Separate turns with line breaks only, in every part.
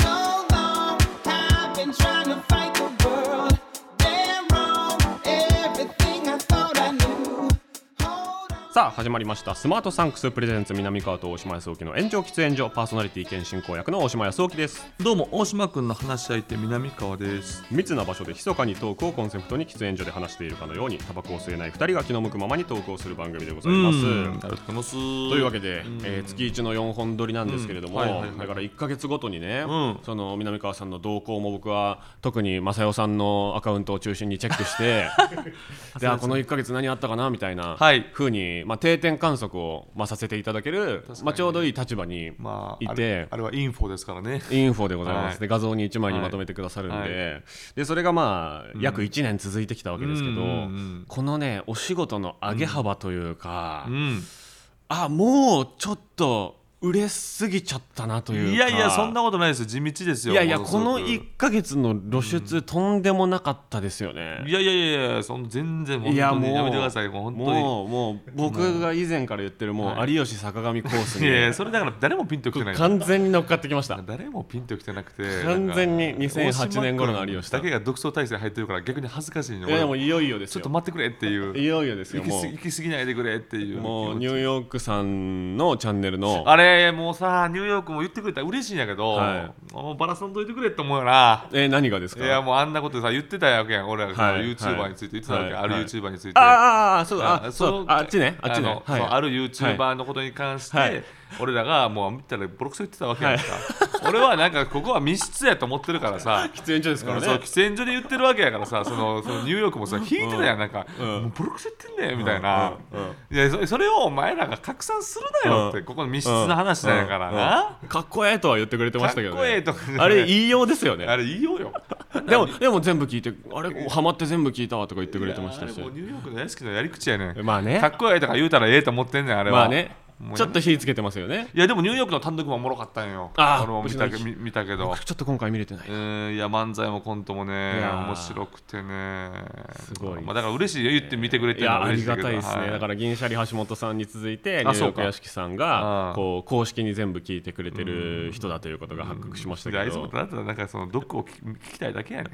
So long, I've been trying to fight the world. Damn wrong, everything I thought I knew. Hold on.
さあ始まりましたスマートサンクスプレゼンツ南川と大島康沖の炎上喫煙所パーソナリティ兼進行役の大島康沖です
どうも、大島くんの話し相手、南川です。
密な場所で密かにトークをコンセプトに喫煙所で話しているかのようにタバコを吸えない2人が気の向くままにトークをする番組でございます
ありがとうございます。と
というわけ
で、
で、
ん
えー月1の4本撮りなんですけれども、
うんはいはいはい
だから1か月ごとにね、
うん
その南川さんの動向も僕は特に正代さんのアカウントを中心にチェックして であこの1か月何あったかなみたいな
はい
ふうに、まあ、定点観測を、まあ、させていただける、
かに
まあ、ちょうどいい立場に
まあ、
いて
あれあれはインフォですからね。
インフォでございます、
はい
で画像に1枚にまとめてくださるんで,、
はい
でそれがまあ約1年続いてきたわけですけど、
うんうんうん
このねお仕事の上げ幅というか、
うん。
あもうちょっと売れすぎちゃったなというか
いやいや、そんなことないですよ。地道ですよ。
いやいや
ものす
こ
ご
の
く
1か月の露出、とんでもなかったですよね
いやいやいやいや、その全然、
い
本
や
当
も
に
う
やめてください。もう本当に。
もうもう僕が以前から言ってるも
は
う
い
有吉坂上コース
いやいや、
に
それだから誰もピンときてない。
完全に乗っかってきました
誰もピンときてなくて
完全に
なんか
2008年頃の有吉さん
大島君だけが独走体制入ってるから逆に恥ずかしいの
いやでもいよいよです
ちょ
よ
っと待ってくれっていう
いよいよですよ
行き
も
す
う
ぎ行き過ぎないでくれっていう
もうニュ
気持ち
ーヨークさんのチャンネルの
あれもうさニューヨークも言ってくれたら嬉しいんやけど、
は
もうバラさんといてくれって思うよな
えー何がです
い
か
やもうあんなことさ言ってたわけやん俺らその
はい
YouTuber について言ってたわけ、
はい
ある
はい
YouTuber について、
あーあーあーそう
あ
あ
そ
そう
の
ああっちねあっちね
の
はい
そうある YouTuber のことに関して、
はい
俺らがもう見たらボロクソ言ってたわけやんか、俺はなんかここは密室やと思ってるか らさ
喫煙所ですから
そう
ね
喫煙所で言ってるわけやからさそのそのニューヨークもさ引いてたやんなんか、もうボロクソ言ってんねんみたいな、
うんうん
いやそそれをお前らが拡散するなよって、
うん
ここの密室の話なんやからな、
かっこええとは言ってくれてましたけどね
かっこええとかじゃない
あれ言いようですよ
あ
ね
れいいよよ
でもでも全部聞いてあれハマって全部聞いたわとか言ってくれてました
いや
し
あれもうニューヨークの大好きなやり口やねん
まあね
かっこええとか言うたらええと思ってんねんあれは
まあね
もうやめ
ちょっと火つけてますよね
いやでもニューヨークの単独もおもろかったんよ
あー
俺も見た
うちの
見見たけど
僕ちょっと今回見れてないう
ーんいや漫才もコントもね
いやー
面白くてね
すごいです
まあ、だから嬉しいよ言って見てくれて
い
るの
や
は
あ
嬉
り
しいけ
が
ど
たいですね、
は
だから銀シャリ橋本さんに続いてニュ
あ
ーヨ
そう
ーク
か
屋敷さんが
あー
こう公式に全部聞いてくれてる人だということが発覚しましたけ
大丈
ど
夫だったらなんかそのどこを聞き聞きたいだけ やねん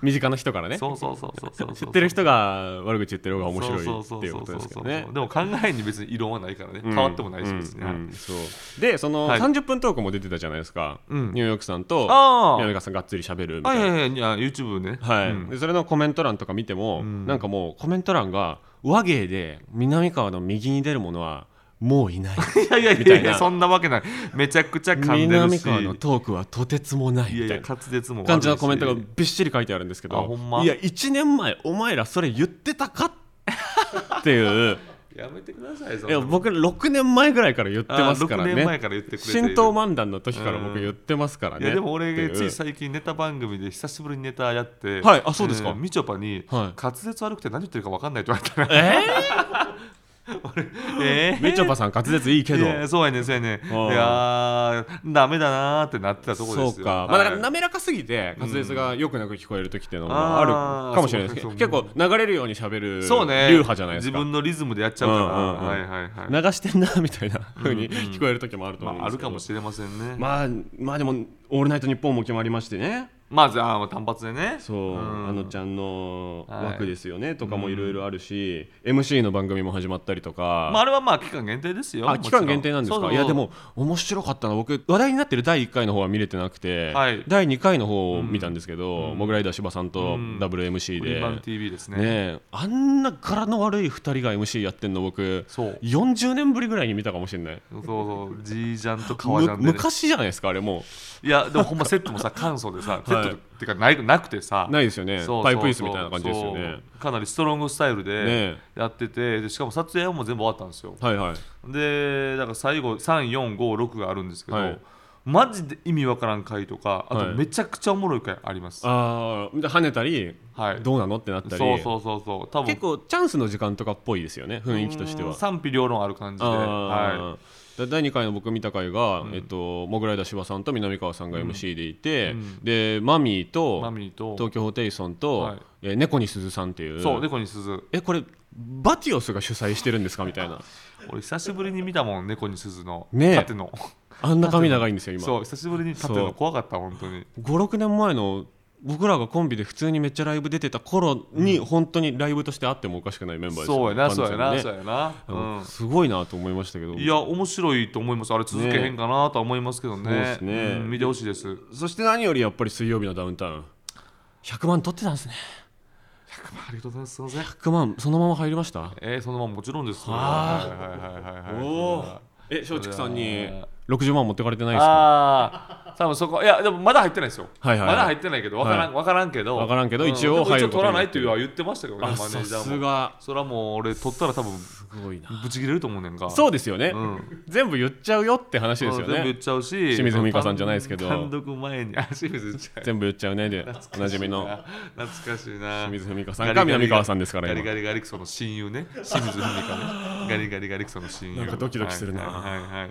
身近な人からね
そうそうそうそうそう
知ってる人が悪口言ってる方が面白いっていうことですけどね
でも考えに別に異論はないからね変わってもないし別に、
うん
はい
うんそうでその
はい
30分トークも出てたじゃないですか、
うん
ニューヨークさんと
あー
南川さんがっつり喋るみた
はいい
な、
はいはいいや YouTube ね
はい
うん
でそれのコメント欄とか見ても、
ん
なんかもうコメント欄が和芸で南川の右に出るものはもうい ない
いやいやい
みた
や
い
い
な
やそんなわけないめちゃくちゃ噛んでる
南
し
川のトークはとてつもない
いや
み
い
た
や
いな
滑舌も悪いし
感じのコメントがびっしり書いてあるんですけ
あ
ど
ほんま
いや1年前お前らそれ言ってたかって いう
やめてくださいそん
い
な
や僕6年前ぐらいから言ってますから
あー6年前
ね
から言ってくれてる
新東漫談の時から僕言ってますから
い
ね
やでも俺
っていう
つい最近ネタ番組で久しぶりにネタやって
はいあそうですか
んみちょぱに
はい
滑舌悪くて何言ってるか分かんないって言われたね
え
え
ー、みちょぱさん滑舌いいけど
いやそうやねんそうやねんい
うん
やーダメだなーってなってたとこ
そ
で
う
すよ
か、まあ、
はい
だから滑らかすぎて滑舌がよくなく聞こえる時っていうのも
あー
あるかもしれないですけど
そう
結
そうそ
構
う
流れるようにしゃべる流
そうね
派じゃないです
自
か
分のリズムでやっちゃうから、
うんうんうん
はいはいはい、
流してんなみたいな風に聞こえる時もあると
ま
思うん
あ、あ
です
る
けど、
かもしれませんねま
まあまあでも「オールナイトニッポン」も決まりましてね
あじゃあ単発でね
そう、
ん
あのちゃんの
はい
枠ですよね、とかもいろいろあるし、MC の番組も始まったりとか、
まあ、あれはまあ期間限定ですよ
あ
も
期
ちろ
間限定なんですか
そうそう
いやでも面白かったな僕話題になってる第1回の方は見れてなくて、
はい
第2回の方を見たんですけど、モグライダー柴さんと
ん
ダブル MC
フリ
で、
ーマン TV ですね
ねえあんな柄の悪い2人が MC やってんの僕
そう
40年ぶりぐらいに見たかもしれない。
そうそうじージャンと革ジャ
む
ンで、ね、
昔じゃないですかあれも
いやでもほんまセットもさ簡素でさセットってかないなくてさ
うないですよね
そうそうそう
パイプ椅子みたいな感じですよね
そうかなりストロングスタイルで
ね
やっててでしかも撮影はもう全部終わったんですよ
はいはい
でだから最後3456があるんですけど、
はい
マジで意味わからん回とかあと
はい
めちゃくちゃおもろい回あります、は
ああ跳ねたり
い、
どうなのってなったり
そうそうそうそう多分
結構チャンスの時間とかっぽいですよね雰囲気として
う
は
ん賛否両論ある感じで、
あー
は
で第2回の僕見た回が、えっと、モグライダー芝さんと南川さんが MC でいて、
うん
でマミーと
マミーと
東京ホテイソンと、
はい
え猫に鈴さんっていう
そう猫に鈴
えこれバティオスが主催してるんですかみたい な
俺久しぶりに見たもん猫に鈴の
ねえ
縦の
あんな髪長いんですよ今
そう久しぶりに縦
そ
の
う
怖かった本当に
56年前の僕らがコンビで普通にめっちゃライブ出てた頃に本当にライブとしてあってもおかしくないメンバーですよ
そうやな
完全
そうや
に
な
ね
そうやなうん
すごいなと思いましたけど
いや面白いと思いますあれ続けへんかなとは思いますけどね
そうですね
ん見てほしいです
そして何よりやっぱり水曜日のダウンタウン100万取ってたんですね
ありがとうございますすいません
100万そのまま入りました
えー、そのままもちろんですよ
は
はいはいはいはいはい
お
あ
ーえ松竹さんに
それは
60万持ってかれてないですか
あー多分そこいやでもまだ入ってないですよ、
はいはいはい
まだ入ってないけどわからん、
は
わからんけど
わからんけど
う
一応
でも
入ること
取
に
ら
な
な
っ
い
て
と
る
は言ってましたけどね
あ
マネ
さ
ージャー
す
も
が
それはもう俺取ったら多分
すごいな
ブチ切れると思うねんが
そうですよね、
ん
全部言っちゃうよって話ですよ
全部言っ
ね
ちゃうし
清水文香さんじゃないですけど
単独前にあ清水言っち ゃう
全部言っちゃうねでおなじみの
懐かしいな
清水文香さんか南川さんですから
ガリガ
今
リガリクソの親 友ね清水文香ねガリガリガリクソの親友
なんかドキドキするな
はいはいはい、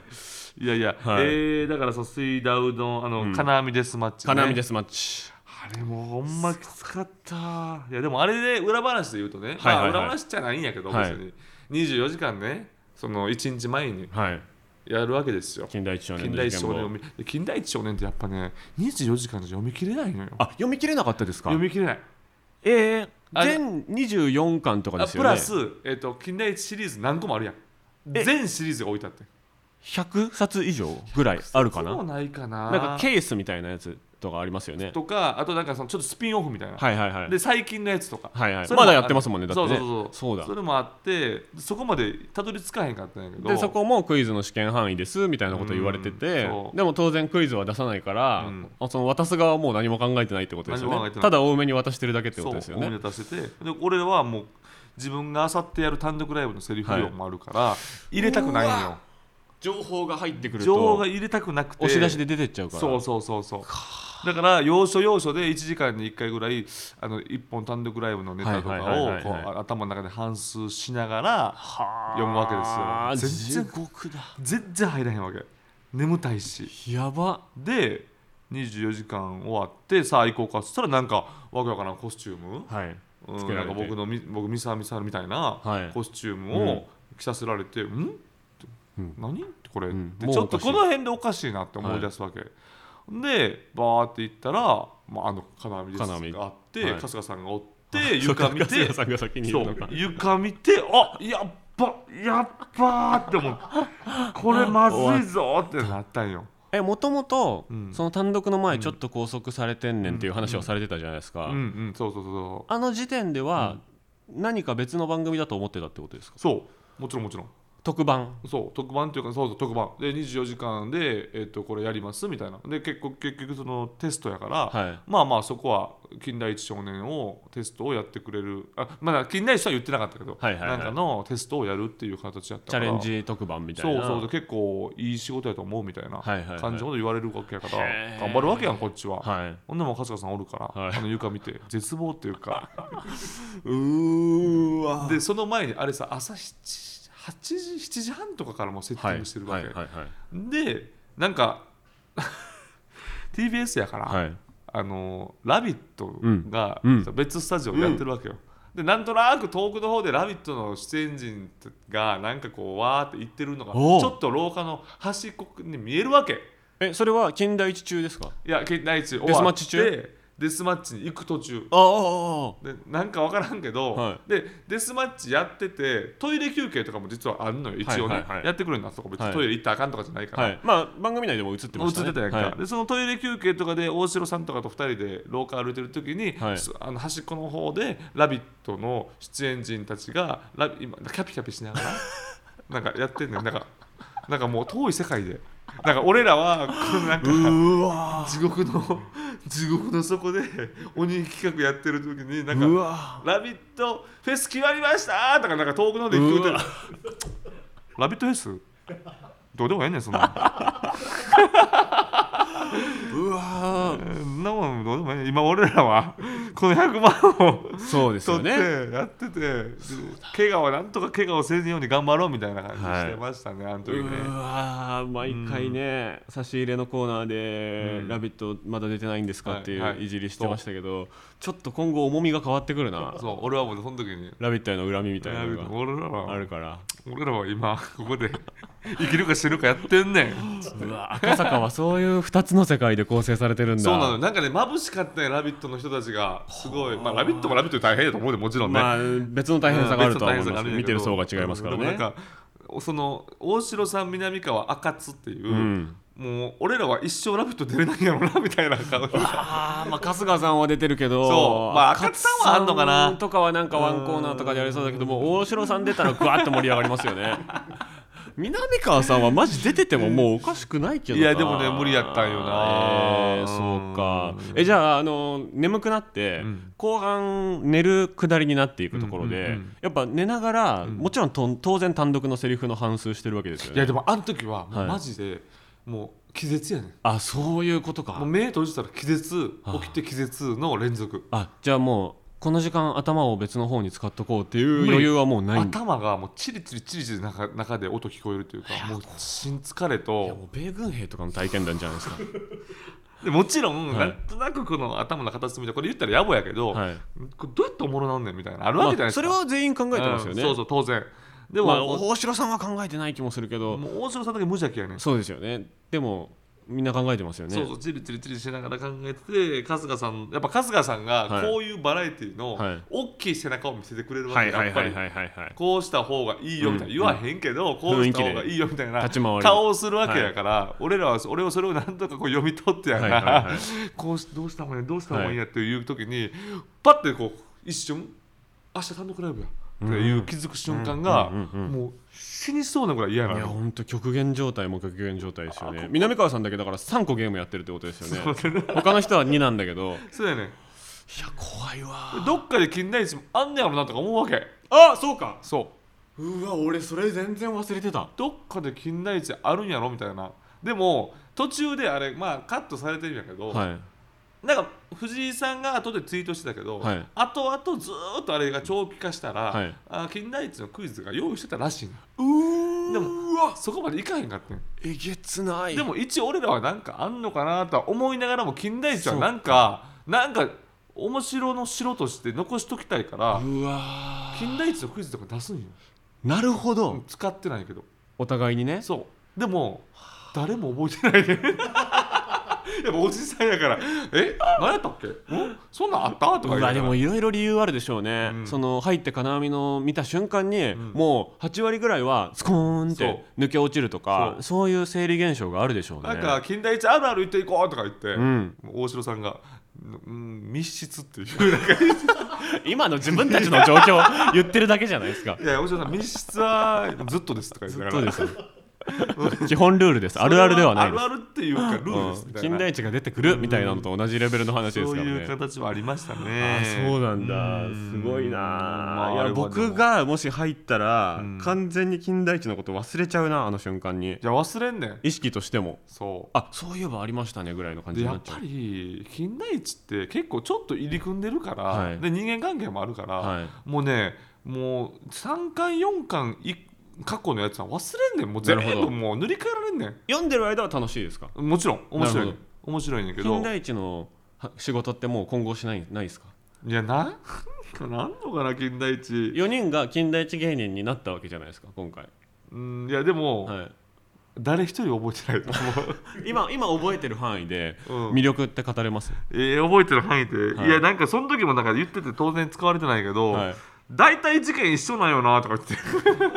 いやいや、
はい
えー、だからそう水ダウのあの、金網デスマッチ、ね、
金網デスマッチ
あれもうほんまきつかったいやでもあれで裏話で言うと
はい
ね、
はいはい
まあ、裏話じゃないんやけど、
はい
別に24時間ねその1日前に
はい
やるわけですよ
近代一少年
近
の
代
事
一
件
少年を
簿
見で近代一少年ってやっぱね24時間じゃ読み切れないのよ
あ読み切れなかったですか
読み切れない
ええ
あれ
全24巻とか
あ
です
プ
よね
ラス、えっと近代一シリーズ何個もあるやん
え
全シリーズが置いてあって
100冊以上ぐらいあるか
そう
な
ないかな
なんかケースみたいなやつとかありますよね
とかあとなんかそのちょっとスピンオフみたいな、
はいはいはい
で最近のやつとか、
はいはい
それも
まだやってますもんねだってね
そうそうそう
そうだ
それもあってそこまでたどり着かへんかったんやけど
でそこもクイズの試験範囲ですみたいなこと言われてて、
うんそう
でも当然クイズは出さないから、
うん
あその渡す側はもう何も考えてないってことですよ
何も考え
ね
てない
ただ多めに渡してるだけって
そ
こ
う
とですよね
思い出させてで俺らはもう自分があさってやる単独ライブのセリフ量もあるから、入れたくないん
う
よ
わ情報が入ってくると
情報が入れたくなくて
押し出しで出てっちゃうから
そうそうそうそうだから要所要所で1時間に1回ぐらいあの1本単独ライブのネタとかを
はいはいはいはい
こ
はいう
頭の中で反数しながら読むわけ
あー
ですよ全然
地獄だ
全然入らへんわけ眠たいし
やば
で24時間終わってさあ行こうかっつったらなんかわけわからんコスチューム、
はい
うん
つけら
な
れ
んか
て
僕のみ僕ミサミサみたい
は
ないコスチューム
う
を着させられて「うんって
うん
何?」ってこれ、
ん
で
もう
ちょっと
おかし
こ
い
の辺でおかしいなって思い出すわけ、でバーって行ったら、まあ、あの金網です
金網
があって、
はい
春日さんがおって床見
そうか春
て
日さんが先にい
そ
るの
う
か
床見てあやっばやっばーって思ってこれまずいぞーってなったんよ。
えもともと
うん
その単独の前ちょっと拘束されてんねんっていう話をされてたじゃないですか、
うんうんそうそうそうそう
あの時点では何か別の番組だと思ってたってことですか
そうもちろんもちろん
特番
そう特番というかそうそう特番で24時間で、えっとこれやりますみたいなで結構結局そのテストやから、
はい
まあまあそこは近代一少年をテストをやってくれるあまあ近代一は言ってなかったけど、
はいはいはい
なんかのテストをやるっていう形やった
チ
か
ャレ
ら
ンジ特番みたい
そう
な
そうで結構いい仕事やと思うみたいな
はいはいはい
感じのこと言われるわけやから、
へー
頑張るわけやんこっちは、
はい
ほんでもう春日さんおるから、
はい
あの床見て絶望ってい うか
うーわ
でその前にあれさ朝7 8時7時半とかからもうセッティングしてるわけ、
はいはい
でなんか TBS やから、
はいはい
あの「ラビット!」が
うん
別スタジオでやってるわけよ、でなんとなく遠くの方で「ラビット!」の出演陣がなんかこうわーって言ってるのがち
おう
ょっと廊下の端っこに見えるわけ
えそれは近代一中ですか
いや県内一終
デスマ
わ
ッ
っ
チ
てデスマッチに行く途中
ああ
でなんか分からんけど、
は
でデスマッチやっててトイレ休憩とかも実はあるのよ一応ね、
はいはいはい
やってくるんだそこ別
は
に
い
トイレ行ったらあかんとかじゃないから、
はいまあ番組内でも映って
映
ま
っ
したね
てたやんか、
はい
でそのトイレ休憩とかで大城さんとかと2人で廊下歩いてる時に、
はい
そあの端っこの方で「ラビット!」の出演陣たちがラビ今キャピキャピしな がらなんかやってんねんなんかなんかもう遠い世界でなんか俺らはこのな んか
うわ
地獄の地獄の底で鬼企画やってる時になんか
うわ
ラビットフェス決まりましたとかなんか遠くの方で聞こえ
う
て
わ
「ラビットフェスどうでもええねんそんなん
うわ
そんなもんどうでもええ今俺らはこの100万を
そうですよ
取っ
ね
てやってて、で怪我はなんとか怪我をせずように頑張ろうみたいな感じ
はい
してましたね、あの
う
時ね。
わー毎回ね、差し入れのコーナーで「
うん
ラビット!」まだ出てないんですかってい
はいは
う
い
いじりしてましたけど、ちょっと今後重みが変わってくるな
そう俺はもうその時に
「ラビット!」への恨みみたいなのが
俺ら
あ
は
るから
俺らは今ここで 生きるか死ぬかやってんねん
うわ赤坂はそういう2つの世界で構成されてるんだ
そうなのよなんかね眩しかったね「ラビット!」の人たちがすごいまあ「ラビット!」も「ラビット!」で大変だと思うでもちろんね、
まあ別の大変さがあるとは思い
別の
ます
大変さがあんだけど
見てる層が違いますから
でもなん
ね
かその大城さん南川赤津っていう、
ん
もう俺らは一生「ラビット!」出れないやろなみたいな顔で
あーまあ春日さんは出てるけど
そうまあ赤津さんはあんのか
赤
な
津さんとかはなんかワンコーナーとかでやりそうだけども大城さん出たらぐわっと盛り上がりますよね 南川さんはマジ出ててももうおかしくないけどない
やでもね無理やったんよな
えーそうかえじゃああの眠くなって、
ん
後半寝るくだりになっていくところで、
うんうんうん
やっぱ寝ながら、もちろんと当然単独のセリフの反数してるわけですよ
いや
ね
でもあの時はも
は
う
い
マジでもう気絶やねん、
あそういうことか
もう目閉じたら気絶起きて気絶の連続
あじゃあもうこの時間頭を別の方に使っとこうっていう余裕はもうないんだ
頭がもうチリチリチリチリ中中で音聞こえるというかもう心疲れ
いや
と
もう米軍兵とかの体験談じゃないですか
でもちろん、
はい
なんとなくこの頭の形見てこれ言ったら野暮やけど、
はい
これどうやっておもろなんねんみたいなある
ま
わけじゃな
あ
いです
そ
か、
れは全員考えてますよ
うん
ね、
そうそう当然でも、
まあ大城さんは考えてない気もするけど
もう大城さんだけ無邪気やねん
そうですよねでもみんな考えてますよね
そうそうチリチリチリしながら考えてて春日さんやっぱ春日さんが
はい
こういうバラエティの
はい
大きい背中を見せてくれるわ
は
け
い
よ
は
や
い
っぱ
はい
り
はいはいはい
こうした方がいいよみたいな、
うん
言わへんけど、こうした方がいいよみたいな
立ち回り
顔をするわけやから、俺らは俺はそれをなんとかこう読み取ってやから、
はいはいはい
こうしどうした方がいいどうした方がいいやっていう時に、パッてこう一瞬明日単独ライブやっていう気づく瞬間が、もう死にそうなぐらい嫌ない
や
の。
本当極限状態も極限状態ですよね南川さんだけだから3個ゲームやってるってことですよね
そうね
他の人は2なんだけどい
そうやね
や怖いわ
どっかで金田一もあんねやろなとか思うわけ
あそうか
そう
うわ俺それ全然忘れてた
どっかで金田一あるんやろみたいなでも途中であれまあカットされてるんやけど、
はい
なんか藤井さんが後でツイートしてたけど、
はい
後々ずーっとあれが長期化したら、
はい
あ金田一のクイズが用意してたらしいの
う
で
で
も
もわ
そこまでいかへんかったん
えげつない
でも一応俺らはなんかあんのかなとは思いながらも金田一はなんかなんか面白の城として残しときたいから
うわ
金田一のクイズとか出すんよ
なるほど、
使ってないけど
お互いにね
そうでも誰も覚えてないね やっぱおじさんやから「え何やったっけんそんなんあった?」とか言
う
いな
わ
がら
でもいろいろ理由あるでしょうね、
うん
その入って金網の見た瞬間に、
ん
もう8割ぐらいはスコーンっ
そう
て抜け落ちるとか
そ
そういう生理現象があるでしょうね
なんか近代一あるある行っていこうとか言って、
ん
大城さんが、うん、密室っていうなんか
今の自分たちの状況を 言ってるだけじゃないですか
いや大城さん密室はずっとですとか言って
そうですよ基本ルールですあるあるではないです
あるあるっていうかルールです
うん
みたいな
金田一が出てくるみたいなのと同じレベルの話です
そう
からね
いう形はありました
あ
ね
そうなんだすごいな、
まああ
い
れ
や
はでも
僕がもし入ったら、
ん
完全に金田一のこと忘れちゃうなあの瞬間に
いや忘れんねん
意識としても
そう
あそういえばありましたねぐらいの感じ
で
にな
やっ
っちゃう
ぱり金田一って結構ちょっと入り組んでるから、
はい
で人間関係もあるから、
はい
もうねもう3巻4巻い過去のやつは忘れんねんもう全
なるほ
部
ど
もう塗り替えられんねん
読んでる間は楽しいですか
もちろん面白い
な
ね
るほ
面白いねんけど
金田一のは仕事ってもう今後しないないですか
いやなんかなんのかな金田一
4人が金田一芸人になったわけじゃないですか今回、
うんいやでも、
はい、
誰一人覚えてないと思う
今今覚えてる範囲で
うん
魅力って語れます、
えー覚えてる範囲で、
はい
い、やなんかその時もなんか言ってて当然使われてないけど、
はい
大体事件一緒なんよなとか言って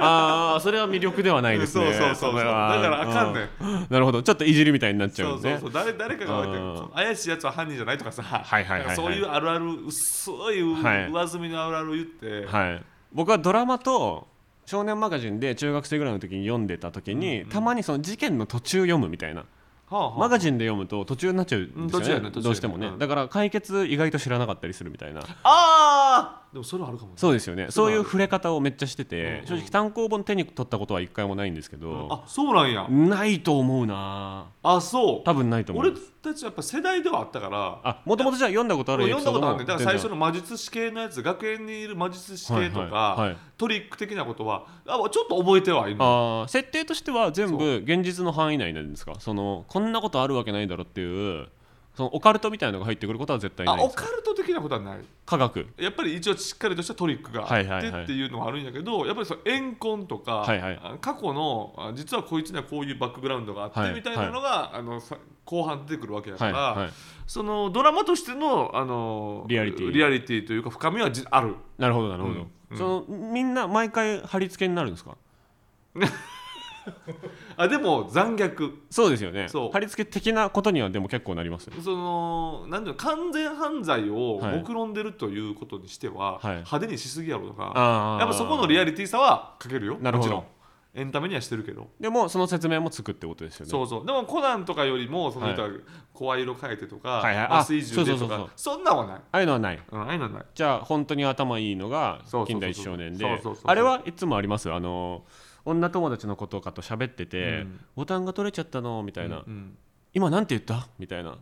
ああそれは魅力ではないですね
そうそうそうそう
れは
だからあかんね
うなるほどちょっといじりみたいになっちゃ
そううんそ
で
うそう誰誰かが置いて
うん
この怪しいやつは犯人じゃないとかさ、
はいはいはいはい
なんかそういうあるある薄い、
はい
上積みのあるある言って、
はい、僕はドラマと少年マガジンで中学生ぐらいの時に読んでた時に、たまにその事件の途中読むみたいな
はあはあ
マガジンで読むと途中になっちゃうんですよ
うん途中や
ね
ね途中やね
どうしてもね、
うん
だから解決意外と知らなかったりするみたいな
ああーでもそれはあるかもね
そうですよね
そ
そうう
だ
いう触れ方をめっちゃしてて、
うん
正直単行本手に取ったことは一回もないんですけど、
あそうなんや
ないと思うな
あそう
多分ないと思
俺
う
たちやっぱ世代ではあったから
あもともとじゃあ読んだことあるエピ
読ん
ソ
だ
ー
こ
ド
とあ
も
るねだから最初の魔術師系のやつ学園にいる魔術師系とか、
はいはいはい
トリック的なことはあちょっと覚えてはいる
あー設定としては全
そ
部現実の範囲内なんですかそのこんなことあるわけないだろっていうそのオカルトみたいなのが入ってくることは絶対
あ
ないんで
オ
すか
カルト的なことはない
科学
やっぱり一応しっかりとしたトリックがあ
は
っ
いはい
て
はい
っていうのはあるんやけど、やっぱりその怨恨とか、
はいはい
あ過去のあ実はこいつにはこういうバックグラウンドがあって、
はい
みたいなのが、あのさ後半出てくるわけやか
はい
ら、
はい
そのドラマとしてのあの
リアリティ
リアリティというか深みはじある
なるほどなるほど、
うん
そのみんな毎回貼り付けになるんですか
あでも残虐
そうですよね
そう
貼り付け的なことにはでも結構なりますよ
そのなんていうの完全犯罪を
はい
目論んでるということにしては、
はい
派手にしすぎやろとか
あー
やっぱそこのリアリティさはかけるよ
なるほど
もちろんエンタメにはしてるけど、
でもその説明もつくってことですよね
そうそうでもコナンとかよりもその
はい
人は声色変えてとか、
はいはいあ
麻酔
そ
銃でと
うそうそう
かそんなんはない、
ああいうのはない
うん、ああいうのはない
じゃあ本当に頭いいのが
そうそうそうそ
金
う
田一少年
そう
で
そうそうそう
あれはいつもありますあの女友達の子とかと喋ってて、
うん
ボタンが取れちゃったのみたいな、
うん
今なんて言ったみたいな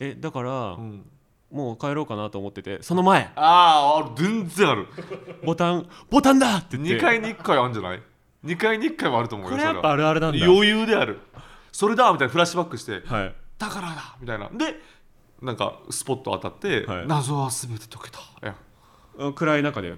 えだから、
うん
もう帰ろうかなと思っててその前
あーある全然ある
ボタンボタンだって言って
2回に1回はあるんじゃない2回に1回はあると思う
こ
よ
れやっぱ
そ
あるあるなんだ
れは余裕であるそれだみたいなフラッシュバックして
はい
だからだみたいなでなんかスポット当たって、
はい
謎は全て解けたいや
うん暗い中で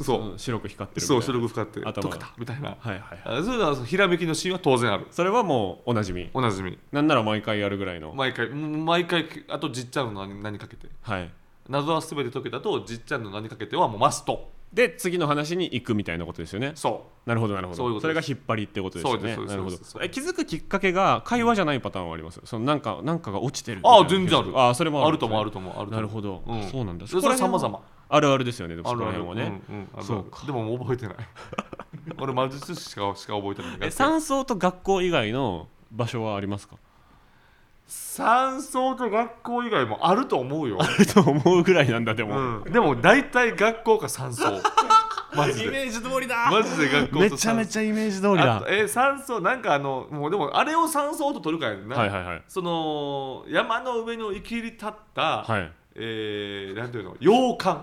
そう、
うん白く光ってるみたい
そう
な
それを深って解
頭が
けたみたいな、
はいはいはい
あそういうのはそのひらめきのシーンは当然ある
それはもうおなじみ
おなじみ
なんなら毎回やるぐらいの、
毎回うん毎回あとじっちゃんの何何かけて
はい
謎は全て解けたとじっちゃんの何かけてはもうマスト
で次の話に行くみたいなことですよね
そ
なるほどなるほど
そういうこと
れ
で
が
す
引っ張りってことですよね
そうで
な
す
るほど
そうですそう
え
で
気づくきっかけが会話じゃないパターンはありますそのなんかなんかが落ちてるみたい
あ
な
あ全然ある
あそれも
あ
あ
る
る
と
んですね
思うあると思うあると思う
なるほど、
うん
そうなんだ
それは
こら辺
様々
あるあるですよねでも
あ
そ
る
こ
あ
ら
る
辺はね
うんうんあるある
そうか
でももう覚えてない 俺魔術師しかしか覚えてない
え山荘と学校以外の場所はありますか
山荘と学校以外もある と思うよ、
あると思うぐらいなんだでも、
うん、でも大体学校か山 荘マジで
ージ通りだ
マジで学校と
めちゃめちゃイメージ通り
あ
だ
とえー山荘なんかあのもうでもあれを山荘と取るからやんな、
はいはいはい
その山の上の生きり立った、
はい
えーなんていうの洋館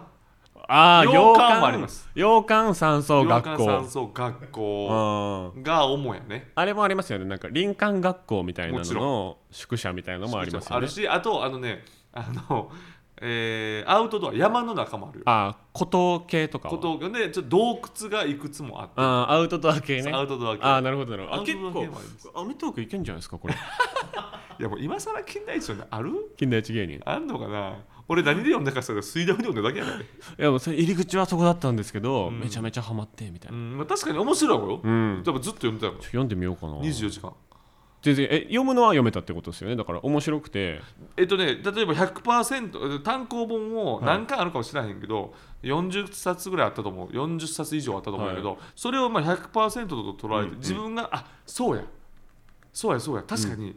ああ
洋
洋
館
館
もあります
洋館山荘
洋
学
館
校
山荘学校
あ
が主やね
あれもありますよねなんか林間学校みたいな
も
の
ちろ
の宿舎みたいなのもありますよ
あ
ね
るしあとあのねあの、えーアウトドア山の中もあるよ
あー古陶系とかは
ことでちょっと洞窟がいくつもあって
あーアウトドア系ね
アウトドア系
あーなるほどなるほど
ア
あ
ウト
結
ドア系もあります
構アメトークいけんじゃないですかこれ
いやもう今更近代一にある
金田一芸人
あんのかな俺何で読んだかしたら水道で読んだだけやからね、
いやもうそれ入り口はそこだったんですけど、
ん
めちゃめちゃハマってみたいうな、
んまあ、確かに面白いわよ、
うん
多分ずっと読んでたよ
ちょ読んでみようかな
24時間
全然え読むのは読めたってことですよねだから面白くて
えっとね例えば100%単行本を何回あるかもしれへんけど、40冊ぐらいあったと思う40冊以上あったと思うんやけど、それをまあ100%と捉えて、自分があそうやそうやそうや確かに、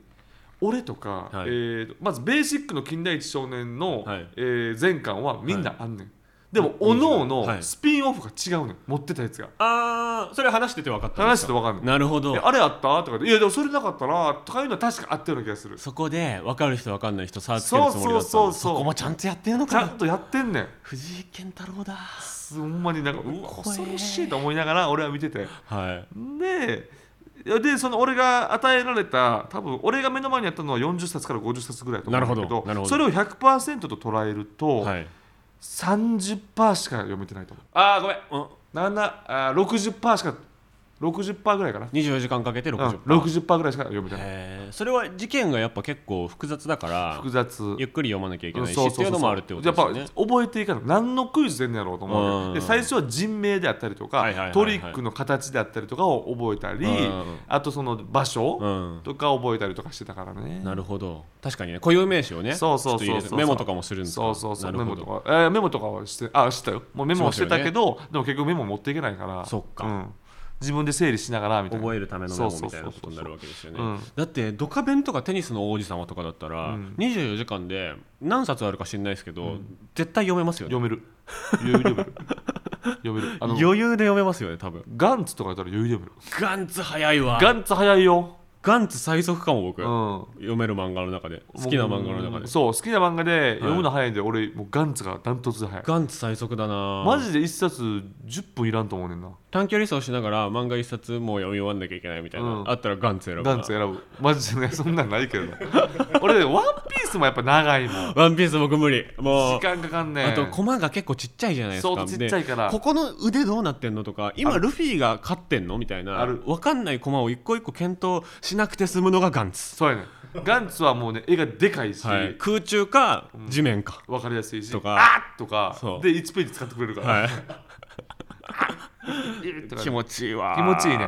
俺とか、
はい
えーとまずベーシックの近代一少年の、
はい
えー前巻はみんなあんねん、でも
うん
おのお
は
の
い
スピンオフが違うねん持ってたやつが
ああそれ話してて分かったんで
話し
す
て
か
分かんない
なるほど
えあれあったとかでいやでもそれなかったなとかいうのは確かあったような気がする
そこで分かる人分かんない人差をつけるつもりだったんだ
そうそうそうそう
そこもちゃんとやってるの
ち
か
ゃ
なん
とやってんねん
藤井健太郎だ
ほんまになんかうわ
怖え
恐ろしいと思いながら俺は見てて
はい
ででその俺が与えられた多分俺が目の前にあったのは40冊から50冊ぐらいと思うんだけ
なるほどなるほど
それを100%と捉えると、
はい
30%しか読めてないと思うああごめん
うん
7あー60%しか60%ぐらいかな、
24時間かけて
うん、
60%、
60%ぐらいしか読めてない
へーそれは事件がやっぱ結構複雑だから
複雑
ゆっくり読まなきゃいけ
うん
ないし
そうそうそ
って
う
いうのもあるってことですよね
やっぱ覚えていかない何のクイズ出んのやろうと思うわけ
うん
で最初は人名であったりとか、
はいはいはいはい
トリックの形であったりとかを覚えたり、
うん
あとその場
う
所
ん
とか覚えたりとかしてたからね、
なるほど確かにね固有名詞をね
そうそうそう
ちょっと入れてメモとかもするんですか
そうそうそう
な
メ
るほ
モ
ど
とか、えーメモとかはしてあしてたよもうメモはしてたけどでも結局メモ持っていけないから
そっか
うん自分で整理しながらみたいな
覚えるためのメモみたいなことになるわけですよねだってドカベンとかテニスの王子様とかだったら、
うん
24時間で何冊あるか知んないですけど、絶対読めますよね
読める余裕で読める読めるあの
余裕で読めますよね多分
ガンツとかやったら余裕で読める
ガンツ早いわ
ガンツ早いよ、
ガンツ最速かも僕、
うん、
読める漫画の中で好きな漫画の中で
そう好きな漫画で読むの早いんで、俺もうガンツがダントツで早い
ガンツ最速だな
マジで一冊10分いらんと思うねんな
短距離走しながら漫画一冊もう読み終わんなきゃいけないみたいな、
うん
あったらガンツ選ぶな
ガンツ選ぶマジでねそんなんないけど な俺ワンピースもやっぱ長いもん
ワンピース僕無理もう
時間かかんねん
あとコマが結構ちっちゃいじゃないですか
そうちっちゃいから
でここの腕どうなってんのとか
あ
今
る
ルフィが勝ってんのみたいな
ある
分かんないコマを一個一個検討しなくて済むのがガンツ、
そうやねんガンツはもうね絵がでかいし、
はい、空中か地面か、
分かりやすいし
とか
あっとか
そう
で1ページ使ってくれるから、
はい、
えーとか
気持ちいいわ
気持ちいいね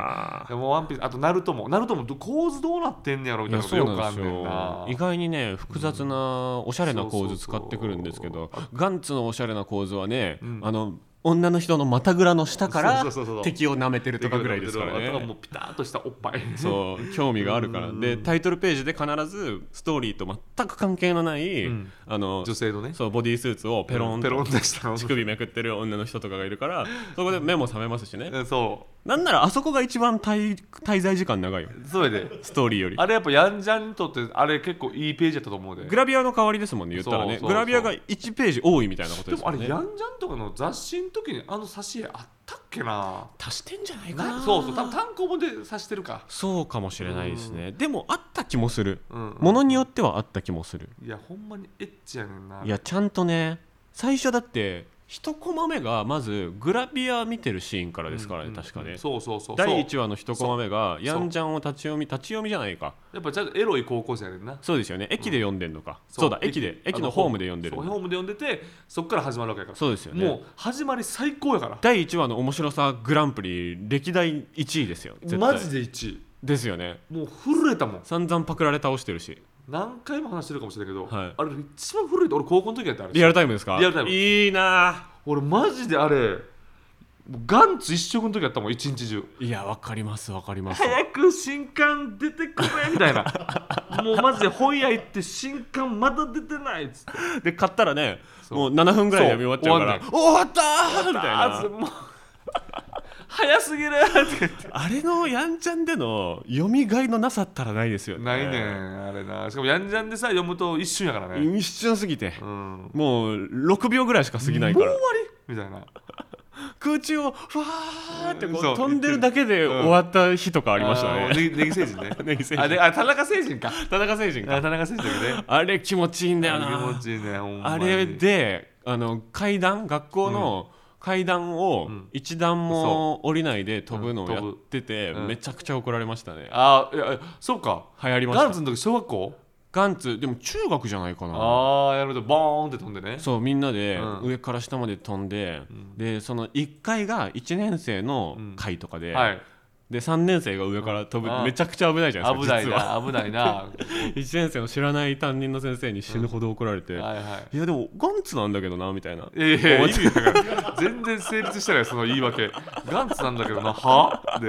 でもワンピースあとナルトもナルトもど構図どうなってんねやろみ
い
たい
や
なこ
そう
とよく
な
あ
ん
ん
で
ね
す
んな
よ意外にね複雑なおしゃれな構図使ってくるんですけど、ガンツのおしゃれな構図はね、あの女の人の股ぐらの下から
そうそうそうそう
敵を舐めてるとかぐらいですから
あとはも
ね
うピタッとしたおっぱい
そう興味があるからでタイトルページで必ずストーリーと全く関係のない、
ん
あの
女性のね
そうボディースーツをペロン
ペロ
と
ン出し たの
乳首めくってる女の人とかがいるからそこで目も覚めますしね
うんそ
なんならあそこが一番滞滞在時間長いよ
うそれで
ストーリーより
あれやっぱヤンジャンにとってあれ結構いいページやったと思うで
グラビアの代わりですもんね言ったら
そう
ね
そうそう
グラビアが1ページ多いみたいなこと
で
です
もあ
もん
れ
ね
ヤンジャンとかの雑誌の時にあの挿絵あったっけな
足してんじゃないか
な
な
そうそう多分単行本で挿してるか
そうかもしれないですねでもあった気もする
うん
ものによってはあった気もする
いやほんまにエッチやねんない
やちゃんとね最初だって1コマ目がまずグラビア見てるシーンからですから
う
ね
ん
確かね
そうそうそうそう
第1話の1コマ目がヤンジャンを立ち読み立ち読みじゃないか
やっぱちゃんとエロい高校生やねんな
そうですよね駅で読んでんのかそうだ駅で駅
あ
のホームで読んでる
そうホームで読んでてそっから始まるわけやから
そうですよね
もう始まり最高やから
第1話の面白さグランプリ歴代1位ですよ絶対
マジで1位
ですよね
もう震えたもん
散々パクられ倒してるし
何回も話してるかもしれないけど、
はい
あれ一番古いと俺高校の時やったあ
リ
れ
アルタイムですか
リアルタイム
いいな
俺マジであれもうガンツ一色の時やったもん一日中
ぁいやわかりますわかります
早く新刊出てくれみた いなもうマジで本屋行って新刊まだ出てないっつっ
で
て
買ったらね
そ
もう
う
7分ぐらいで見終わっちゃうから
そ
終わったーみたい
あー
な
もう早すぎるって言って
あれのやんちゃんでの読みがいのなさったらないですよね
ないねんあれなしかもやんじゃんでさ読むと一瞬やからね、
一瞬すぎて
うん、もう
もう6秒ぐらいしか過ぎない
終
から
わりみたいな
空中をふわーってこ
そう
う飛んでるだけで終わった日とかありました
あー
ね
ネギネギ星人ね
ネギ星人
あであ田中星人か
田中星人
あ
か
田中選手ね。
あれ気持ちいいんだよ
気
な
持ちいいね、ほんま
あ
に
れであの階段学校の階段を
ん
一段も降りないで飛ぶのをやってて
うん
めちゃくちゃ怒られましたね
あいや、そうか。
流行りま
ガン
し
ツ
た
の時小学校
ガンツでも中学じゃないかな
ああ、やるとボーンって飛んでね。
そうみんなで
うん
上から下まで飛んででその1階が1年生の階とかで
はい。
で3年生が上から飛
う
ぶ
ん
めちゃくちゃ危ないじゃないで
危
すか
ない
実は
な、危ないな。は
1年生の知らない担任の先生に死ぬほど怒られて
い
い
は。
やでもガンツなんだけどなみたいない
いやいや、意味わからん全然成立してない、その言い訳。ガンツなんだけどな、はで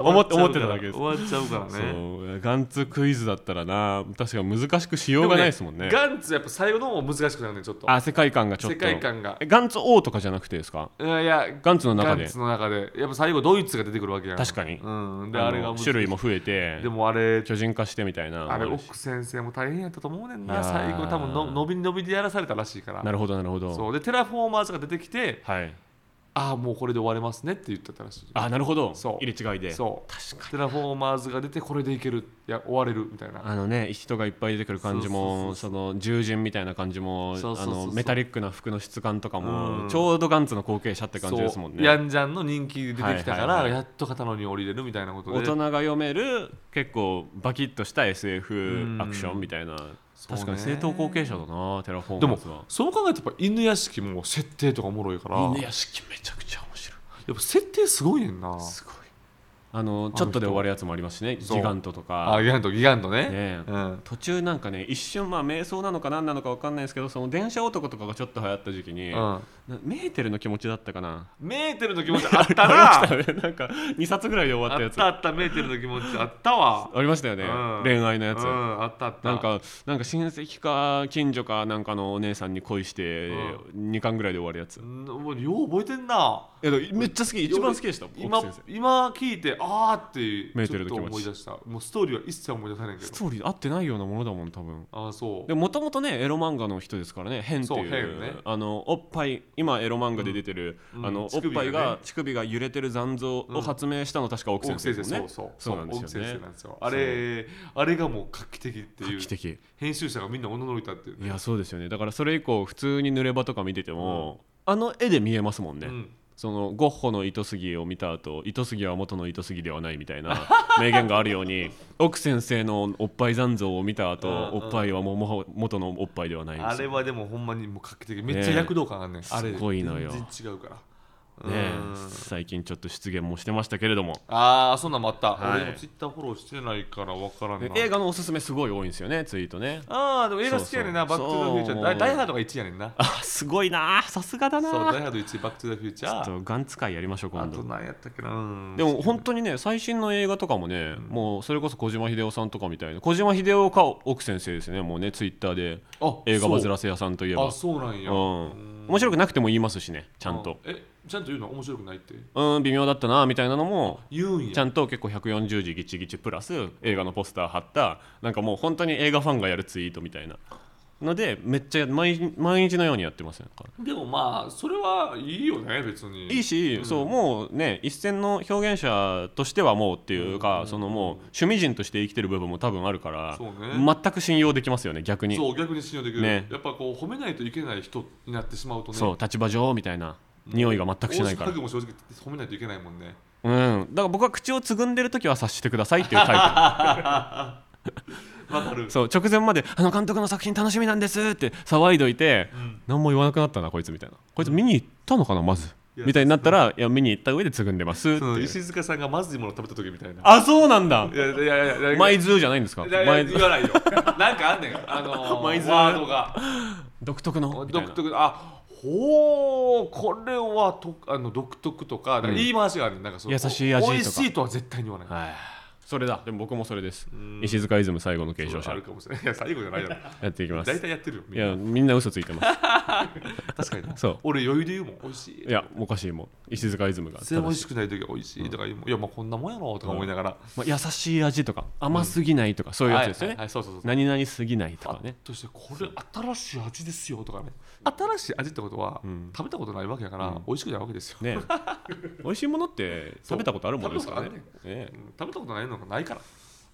思って思ってただけです
終わっちゃうからね。
そうガンツクイズだったらな確か難しくしようがないですもんね
ガンツやっぱ最後の方も難しくなるね、ちょっと。
あ世界観がちょっと
世界観が
え。ガンツ王とかじゃなくてですか
いやいや、
ガンツの中
ガ
で
ンツの中で。やっぱ最後、ドイツが出てくるわけやん
確かに
うん。で、
あ
あ
の
れが面白
種
い
類も増えて
でもあれ、
巨人化してみたいな
あれ
もあるし
奥先生も大変やったと思うねん
いや
な
ー
最後多分の伸び伸びでやらされたらしいから
なるほどなるほど
そうでテラフォーマーズが出てきて
はい
ああもうこれで終われますねって言ってたらしい
あなるほど
そう
入れ違いで
そう確かテラフォーマーズが出てこれでいけるいや終われるみたいな
あのね人がいっぱい出てくる感じもその獣人みたいな感じも
そうそうそうそう
あのメタリックな服の質感とかも、
うん
ちょうどガンツの後継者って感
そ
じですもん
う
ね
ヤンジャンの人気で出てきたか
はいはいは
ら
い
やっと肩の荷を降りれるみたいなこと
大
で
人が読める結構バキッとした SF
ん
アクションみたいな
うね
確かに正統後継者だなテラフォ
で
ーマ
も
ーズは
そう考えるとやっぱ犬屋敷も設定とかおもろいから
屋敷めちゃくちゃ面白い
やっぱ設定すごいねんな
すごいあのちょっとで終わるやつもありますしね
そう
ギガントとか
あギガントギガントね
ね
うん、
途中なんかね一瞬まあ瞑想なのか何なのか分かんないですけどその電車男とかがちょっと流行った時期に、
うん、
なメーテルの気持ちだったかな
メーテルの気持ちあ った
あり
な
ましたねなんか2冊ぐらいで終わった
あ
や
っ
つ
た
あ
あったメーテルの気持ちあったわ、
りましたよね、
うん
恋愛の
う
や
ん、
つ、
あったあった
なんかなんか親戚か近所かなんかのお姉さんに恋して2巻ぐらいで終わるやつ、
うんもうよう覚えてんな
えだからめっちゃ好き一番好きでした奥
今
先生
今聞いてあーって
メーテルの
ちょ
気持ち
っと思い出したもうストーリーは一切思い出さないけど
ストーリー合ってないようなものだもん多分
ああそう
でもともとねエロ漫画の人ですからね「変」ってい
そう
う
ヘンね
あのおっぱい今エロ漫画で出てる、
うん
あ
うん
のお
乳
っ
首が
ぱ
ね
いが乳首が揺れてる残像を発明したの確か奥
奥
先生
先
で
生
すもんね
そうそ
そ
う
うなんですよ
奥先
ね
生なんですよあれあれがもう画期的ってい
画
う
期的
編集者がみんな驚いたっていう
い
ね
やそうですよねだからそれ以降普通に濡れ場とか見てても、あの絵で見えますもんね、
うん
そのゴッホの糸杉を見た後糸杉は元の糸杉ではないみたいな 名言があるように奥先生のおっぱい残像を見た後、
うんうん
おっぱいはもうもは元のおっぱいではないんで
あ
す
れ
よ
はでもほんまにもう画期的めっちゃ躍動感があんねん
ね
あれ
すごいのよ
全然違うから
ねえ
うん
最近ちょっと失言もしてましたけれども
ああそんなんもあった、
はい
俺もツイッターフォローしてないからわからんな
で映画のおすすめすごい多いんですよねツイートね
ああでも映画好きやねんな
そうそう
バック・トゥ・ザ・フューチャー
そ
ダ
う
イダイハードが1位やねんな
あすごいなさすがだ
そうダ
な
イハード1位バック・トゥ・ザ・フューチ
ちょ
ャ
っ
ー
とガン使いやりましょう
あ
今
と
度
何やったっけなうん
でも本当にね最新の映画とかもね、もうそれこそ小島秀夫さんとかみたいな小島秀夫か奥先生ですねもうねツイッターで
あ
映画バズ
ら
らせ屋さんといえば
あそうなんや、
うん、面白くなくても言いますしねちゃんと
あえちゃんと言うの面白くないって
うん微妙だったなみたいなのも
言うんや
ちゃんと結構140字ギチギチプラス映画のポスター貼ったなんかもう本当に映画ファンがやるツイートみたいなのでめっちゃ毎毎日のようにやってますねだから
でもまあそれはいいよね別に
いいし、そうもうね一線の表現者としてはもうっていうか、そのもう趣味人として生きてる部分も多分あるから、
そうね
全く信用できますよね逆に
そう逆に信用できる、
ね
やっぱこう褒めないといけない人になってしまうとね
そう立場上みたいな匂いが全くしないから
大島拓も正直褒めないといけないもんね
うん、だから僕は口をつぐんでる 時は察してくださいっていうタイ
わかる
プそう直前まで「あの監督の作品楽しみなんです」って騒いどいて、何も言わなくなったなこいつみたいなこいつ見に行ったのかなまず
いや
みたいになったら「いや見に行った上でつぐんでます」って
その
いう
石塚さんがまずいもの食べた時みたいな
あそうなんだ
いやいやいやいや
舞鶴じゃないんですか
いやいや
舞
言わないよなんかあんねんあの ー、
舞鶴
ワードが
独特のみたいな
独特あほうこれはとあの独特とかなんか言い回しがあるねなんかその
優しい味とか
おいしいとは絶対に言わない
はいそれだでも僕もそれです石塚イズム最後の継承
あ
者
るかもし れないいや最後じゃないだろ
やっていきます
大体やってるよみ
い
んな
やみんな嘘ついてます
確かにな
そう
俺余裕で言うもん美味しい
いやおかしいもん石塚イズムが
全然美
正
味
しい
しくない時は美味しいとか言うもんいやまあこんなもんやろとか思いながら
まあ、優しい味とか甘すぎないとか、そういうやつですよね、
はいはいはいそうそうそう
何々すぎないとかね
そしてこれ新しい味ですよとかね新しい味ってことは食べたことないわけだから美味しくないわけですよ
ね美味しいものって食べたことあるものですからね
そう食べた
ね
うん食べたことないのがないから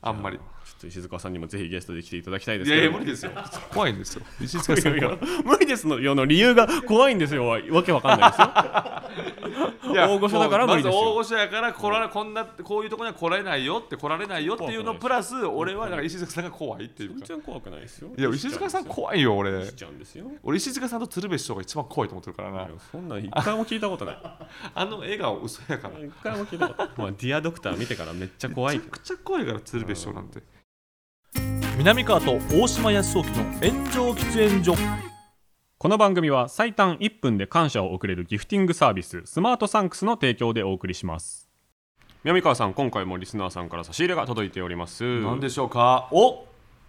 あんまり
ちょっと石塚さんにもぜひゲストで来ていただきたいで
い
す
や
け
い
ど
や無理ですよ 怖いんですよ石塚
い
さ
や
ん
い
は
や無理ですのよの理由が怖いんですよわけわかんない ですよ
いや
大御所だから無理ですよ
もうまず大御所やから来られこんなこういうとこには来られないよって来られないよっていうのプラス俺はなんか石塚さんが怖いっていう
全
か
然怖くないですよ
いや石塚さん
こ
怖いよ俺
ちゃうんですよ
俺石塚さんと鶴瓶師匠が一番怖いと思ってるから
いや
な
そんなん一回も聞いたことない
あの笑顔嘘やからめ
一回も聞いたことないまあディアドクター見てからめっちゃ怖い
ちゃくちゃ怖いから鶴瓶師匠なんて
南川と大島康雄の炎上喫煙所
この番組は最短1分で感謝を送れるギフティングサービススマートサンクスの提供でお送りします南川さん今回もリスナーさんから差し入れが届いております
なんでしょうかお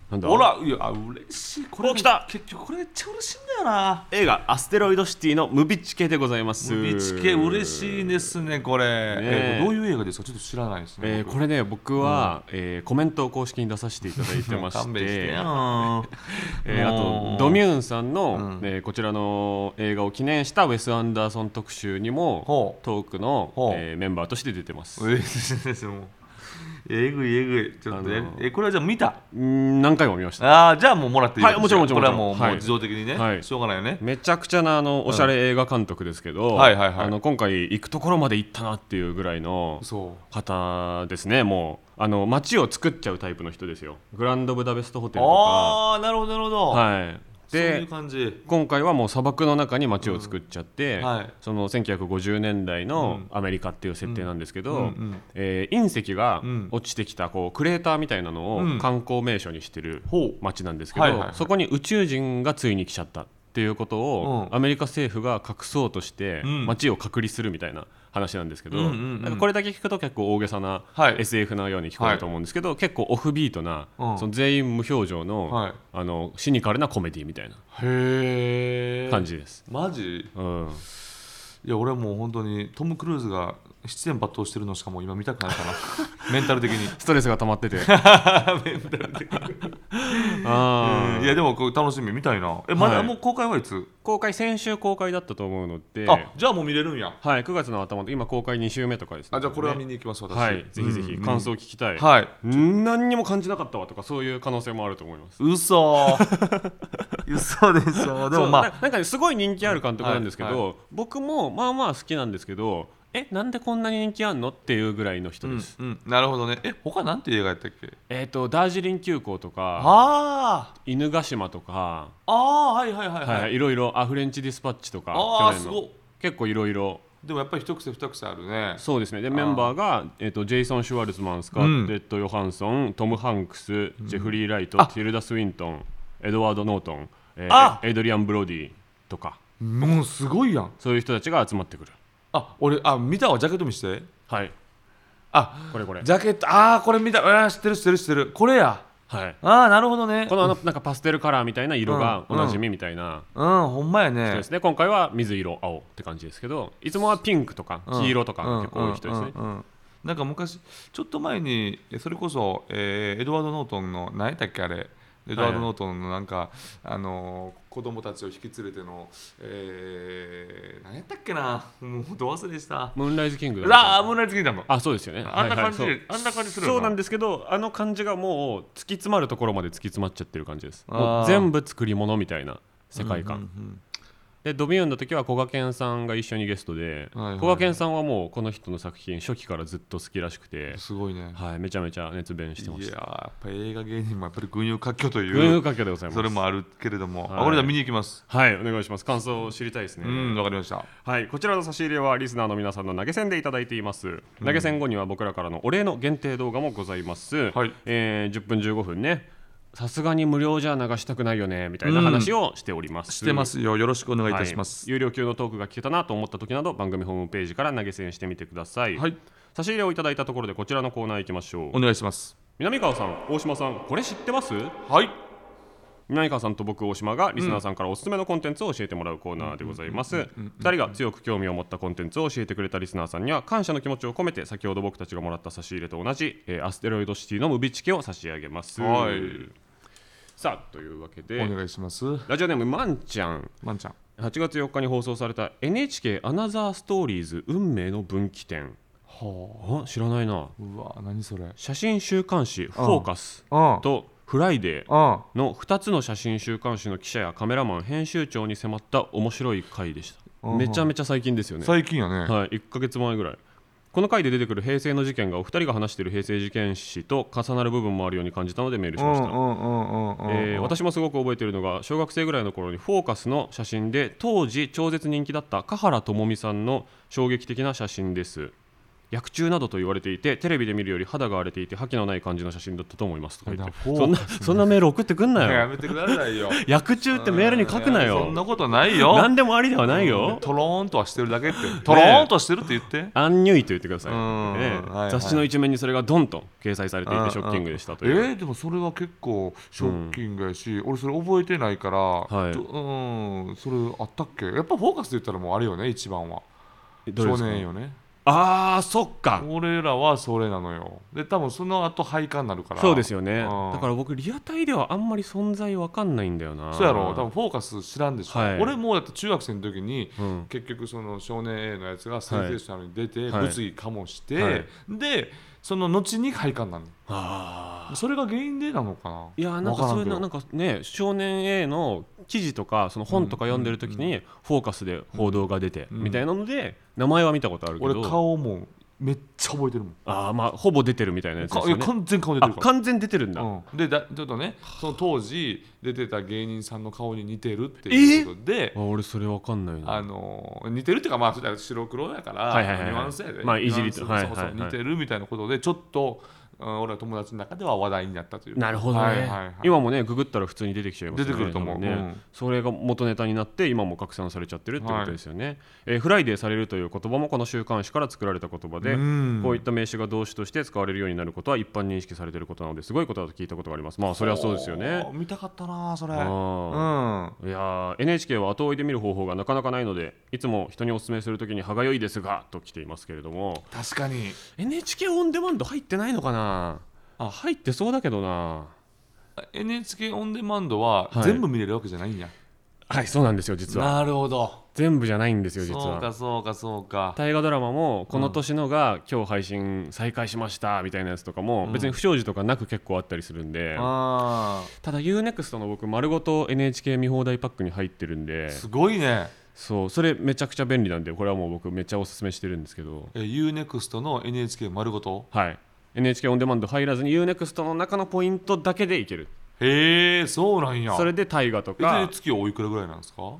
なんだ
ほらいやあ嬉しいこれ
お来た
結局これめっちゃ嬉しいんだよな
映画アステロイドシティのムビッチ系でございます
ビチ系嬉しいですねこれえーどういう映画ですかちょっと知らないですね
えーこれね僕は、えーコメントを公式に出させていただいてまし
勘弁し
て
てよ
えーあ
も
と
う
ドミューンさんの、
うん
えーこちらの映画を記念したウェス・アンダーソン特集にも
ほう
トークの
ほ、う
えーメンバーとして出てます
えー もうえぐいえぐいちょっと
あ
え
の
えこれはじゃあ見た
うん何回も見ました
ああじゃあもうもらっていい
はいもちろんもちろん
これはもう,、
はい
もう自動的にね、
はい
しょうがないよね
めちゃくちゃなあのおしゃれ映画監督ですけど、
はいはいはい
あの今回行くところまで行ったなっていうぐらいの
そ
方ですねもうあの街を作っちゃうタイプの人ですよグランドブダペストホテ
う
ルとか
ああなるほどなるほど、
はい
そう
で
いう感じ
今回はもう砂漠の中に街を作っちゃって、
うんはい
その1950年代のアメリカっていう設定なんですけど、
うんうん
えー隕石が
うん
落ちてきたこうクレーターみたいなの
う
を
ん
観光名所にしてる
ほう
街なんですけど、
はいはいはい
そこに宇宙人がついに来ちゃったっていうことを、
うん
アメリカ政府が隠そうとして
うん
街を隔離するみたいな話なんですけど、
うんうんうん
なんかこれだけ聞くと結構大げさな
はい
SF のように聞こえると思うんですけど、結構オフビートな、
うん
その全員無表情の,、
はい
あのシニカルなコメディみたいな
へえ
感じです。
マジ
うん
いや俺はもう本当にトム・クルーズが七点抜刀してるのしかもう今見たくない かなメンタル的に
ストレスが溜ま ってて。
メンタル 的に
あー
いやでもこれ楽しみみたいなえまだ、
はい
もう公開はいつ
公開先週公開だったと思うので、
あじゃあもう見れるんや
はい、9月の頭で今公開2週目とかですね。
あじゃあこれは見に行きます私
はい、ぜひぜひ感想を聞きたい。
はい
うん何にも感じなかったわとかそういう可能性もあると思います。
嘘 嘘でしょでもま
そうななんかねすごい人気ある監督なんですけど、
はいは
僕もまあまあ好きなんですけど、えなんでこんなに人気あんのっていうぐらいの人
う
で
ん
す。
うん、なるほどねえ他なんていう映画やったっけ
えっ、とダージリン急行とか
あー
犬ヶ島とか、
あーはいはいはい
はい
はい
い、ろいろあフレンチディスパッチとか
あー
去年
す
の
ごっ
結構いろいろ
でもやっぱり一癖二癖あるね
そうですねでメンバーが、えー、とジェイソン・シュワルツマンスカーレット・ヨハンソン、トム・ハンクスジェフリー・ライト、ティルダ・スウィントンエドワード・ノートン、えー
あ
エイドリアン・ブロディとか
もうすごいやん
そういう人たちが集まってくる
あ俺あ見たわジャケット見して
はい
あ
これこれ
ジャケットああこれ見たあー知ってる知ってる知ってるこれや
はい
ああなるほどね
このあのなんかパステルカラーみたいな色がお
うんうん
なじみみたいな
うんほんまや
人
ね
ですね、今回は水色青って感じですけどいつもはピンクとか
うん
黄色とかが結構多い人ですね、
うんうんうんうんなんか昔ちょっと前にえそれこそ、えーエドワード・ノートンの何やったっけあれエドワード・ノートンのなんか、あのー子供たちを引き連れての、えー、何やったっけなもうど忘れした
ムーンライズ・キングだ
ラあムーンライトキンダム
あそうですよね
あんな感じ、
はいはいそう
あんな感じするよ
そうなんですけどあの感じがもう突き詰まるところまで突き詰まっちゃってる感じです
あー
もう全部作り物みたいな世界観、
うん
でドビューンの時はこがけんさんが一緒にゲストで
はいはいはい
こがけんさんはもうこの人の作品初期からずっと好きらしくて
うん、すごいね
はい、めちゃめちゃ熱弁し
い
て
や
ま
ー
した
やっぱ映画芸人もやっぱり群雄割拠と
群
い
雄
う
かけでございます
それもあるけれども、
は
あ
い
俺ら見に行きます
はいお願いします感想を知りたいですね、
うんわかりました
はいこちらの差し入れはリスナーの皆さんの投げ銭でいただいています投げ銭後には僕らからのお礼の限定動画もございます、
はい
えー10分15分ねさすがに無料じゃ流したくないよねみたいな話をしております、
してますよよろしくお願いいたします、
はい有料級のトークが聞けたなと思った時など番組ホームページから投げ銭してみてください、
はい
差し入れをいただいたところでこちらのコーナー行きましょう
お願いします
南川さん大島さんこれ知ってます
はい
南川さんと僕大島がリスナーさんからおすすめのコンテンツを教えてもらうコーナーでございます2人が強く興味を持ったコンテンツを教えてくれたリスナーさんには感謝の気持ちを込めて先ほど僕たちがもらった差し入れと同じ、えーアステロイドシティのムビチケを差し上げます、
はい
さあというわけ
お
で
願いします
ラジオネームまんちゃん
まんちゃん
8月4日に放送された NHK アナザーストーリーズ運命の分岐点
は
あ知らないな
あうわ何それうん
写真週刊誌フォーカス
うん
とフライデー
は
の2つの写真週刊誌の記者やカメラマン編集長に迫った面白い回でした
うんうん
めちゃめちゃ最近ですよね
最近や
は
ね
い、1ヶ月前ぐらいこの回で出てくる平成の事件がお二人が話している平成事件史と重なる部分もあるように感じたのでメールし
うん
ま
う
した、
んうんうんうん
えー私もすごく覚えているのが小学生ぐらいの頃に「フォーカス」の写真で当時超絶人気だった華原朋美さんの衝撃的な写真です薬中などと言われていてテレビで見るより肌が荒れていて覇気のない感じの写真だったと思いますとか言って
いや
そんなそんなメール送ってくんな
や
よ
めてくださいよ
薬中 ってメールに書くない
やそ
よ
んなことないよ
何でもありではないよ
トローンとはしてるだけってトローンとはしてるって言って
アンニュイと言ってください、
うん
ね
はいはい
雑誌の一面にそれがドンと掲載されてい
うんう
て
ん
ショッキングでしたと
え
いう、
ー、でもそれは結構ショッキングやし、俺それ覚えてないから、
い
ちょうんそれあったっけやっぱフォーカスで言ったらもうあれよね一番は
どれで
少
すか
年よね
ああそっか
俺らはそれなのよで多分その後廃刊になるから
そうですよね
うん
だから僕リアタイではあんまり存在わかんないんだよな
そうやろ多分フォーカス知らんでしょ、
はい
俺もうだって中学生の時に、
うん
結局その少年 A のやつがセンセーショナルに出て、
はい
物議かもして、
はい
でその後に廃刊なの
あ
それが原因でなのかない
いやなんかそういうな
の
なんかね少年 A の記事とかその本とか読んでる時に「フォーカス」で報道が出て
ん
みたいなので名前は見たことあるけど
俺顔もめっちゃ覚えてるもん
ああまあほぼ出てるみたいなやつ
か
です
いや
よね
完全顔出て
あ
るから
完全出てるんだ、
うん、でだちょっとねその当時出てた芸人さんの顔に似てるっていうことで
あ、俺それわかんないな
あのー似てるっていうかまあそれは白黒だから、
はいはいはいはい
ニュアンスやで、
まあいじりと
ニュアンスそうそう
はいはいはい
似てるみたいなことでちょっと、うん、俺は友達の中では話題になったという
なるほどね、
はいはいはい
今もねググったら普通に出てきちゃいますよね
出てくると思う
多分ね
うん
それが元ネタになって今も拡散されちゃってるってことですよね、えーフライデーされるという言葉もこの週刊誌から作られた言葉で
うん
こういった名詞が動詞として使われるようになることは一般認識されていることなのですごいことだと聞いたことがありますまあそれはそうですよね
おー見たかったなそれ
あー
う
いやー NHK は後追いで見る方法がなかなかないのでいつも人にお勧めするときに歯がゆいですがと来ていますけれども
ん確かに
NHK オンデマンド入ってないのかなあ入ってそうだけどな
NHK オンデマンドは
はい
全部見れるわけじゃないんや、
はいそうなんですよ実は
なるほど
全部じゃないんですよ実
そうか
は
そうかそうか
大河ドラマもこの年のが今日配信再開しましたみたいなやつとかも別に不祥事とかなく結構あったりするんで、
あ
ただ UNEXT の僕丸ごと NHK 見放題パックに入ってるんで
ーすごいね
そうそれめちゃくちゃ便利なんでこれはもう僕めっちゃおすすめしてるんですけど
え UNEXT の NHK 丸ごと
はい NHK オンデマンド入らずに UNEXT の中のポイントだけでいける
へえそうなんや
それで大河と
えで
か
月おいくらぐらいなんですか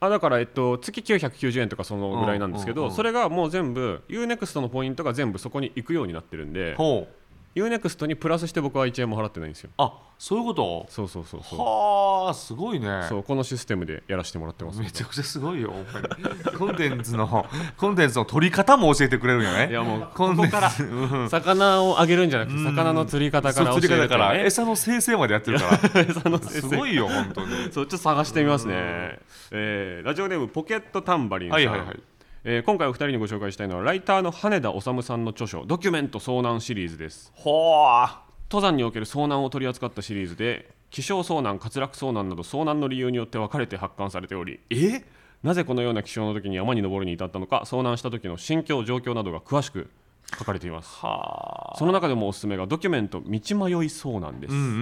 あだから、えっと、月990円とかそのぐらいなんですけど、
うんうんうん
それがもう全部 UNEXT のポイントが全部そこに行くようになってるんで
ほう
UNEXT にプラスして僕は1円も払ってないんですよ
あそういうこと
そうそうそうそ
はあすごいね
うそうこのシステムでやらせてもらってます
めちゃくちゃすごいよほんまにコンテンツのコンテンツの取り方も教えてくれるんやね
いやもう
コンテンツ
ここから 魚をあげるんじゃなくて魚の釣り方から
そう釣り方から
教えて
餌の生成までやってるから
餌の先
す
生
ごいよ本当に
そうちょっと探してみますね、えーラジオネームポケットタンバリンさん、
はいはいはい
えー今回お二人にご紹介したいのはライターの羽田修さんの著書「ドキュメント遭難」シリーズです
ほあ
登山における遭難を取り扱ったシリーズで気象遭難滑落遭難など遭難の理由によって分かれて発刊されており
え
なぜこのような気象の時に山に登るに至ったのか遭難した時の心境状況などが詳しく書かれています
はあ
その中でもおすすめがドキュメント道迷い遭難です、
うんうんう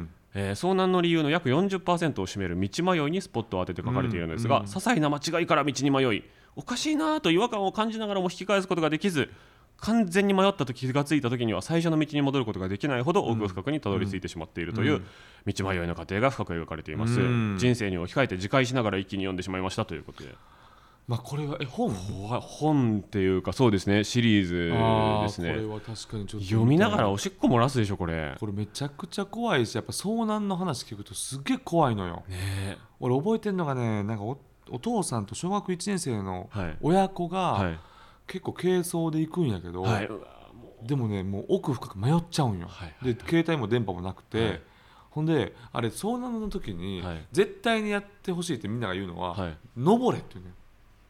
ん
えー遭難の理由の約40%を占める道迷いにスポットを当てて書かれているのですが、些細な間違いから道に迷いおかしいなぁと違和感を感じながらも引き返すことができず完全に迷ったと気がついた時には最初の道に戻ることができないほど奥深くにたどり着いてしまっているという道迷いの過程が深く描かれています、
うん
人生に置き換えて自戒しながら一気に読んでしまいましたということで
まあこれはえ本
わ本っていうかそうですねシリーズ
あ
で
ー
す
これ
ね
は確かにちょっと
読みながらおしっこ漏らすでしょこれ
これめちゃくちゃ怖いしやっぱ遭難の話聞くとすっげえ怖いのよ、俺覚えてんのがねなんかおお父さんと小学1年生の
はい
親子
は
が
い
結構軽装で行くんやけど、
はい
でもねもう奥深く迷っちゃうんよ、
はいはいはい
で携帯も電波もなくて、
はい
ほんであれ遭難の時に、
はい
絶対にやってほしいってみんなが言うのは、
はい
登れって言うね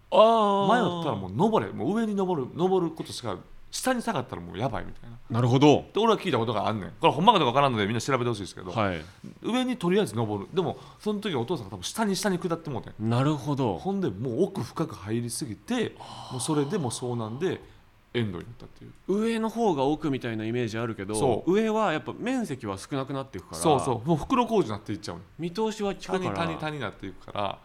ああ
迷ったらもう登れもう上に登る登ることしか下に下がったらもうやばいみたいな
なるほど
で俺は聞いたことがあんねんこれほんまかどうかわからんのでみんな調べてほしいですけど、
はい
上にとりあえず登るでもその時お父さんが多分下に下に下ってもうてん
なるほど
ほんでもう奥深く入りすぎてもうそれでもう遭難でエンドになったっていう
上の方が奥みたいなイメージあるけど
そう
上はやっぱ面積は少なくなっていくから
そうそうもう袋小路になっていっちゃうの
見通しは効
谷
くから
谷
っ
谷になっていくから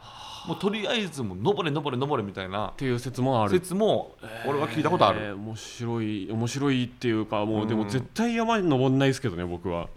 もうとりあえずもう登れ登れ登れみたいな
ていう説もある
説も俺は聞いたことある、
えー面白い面白いっていうかもう、
うん
でも絶対山に登んないですけどね僕は、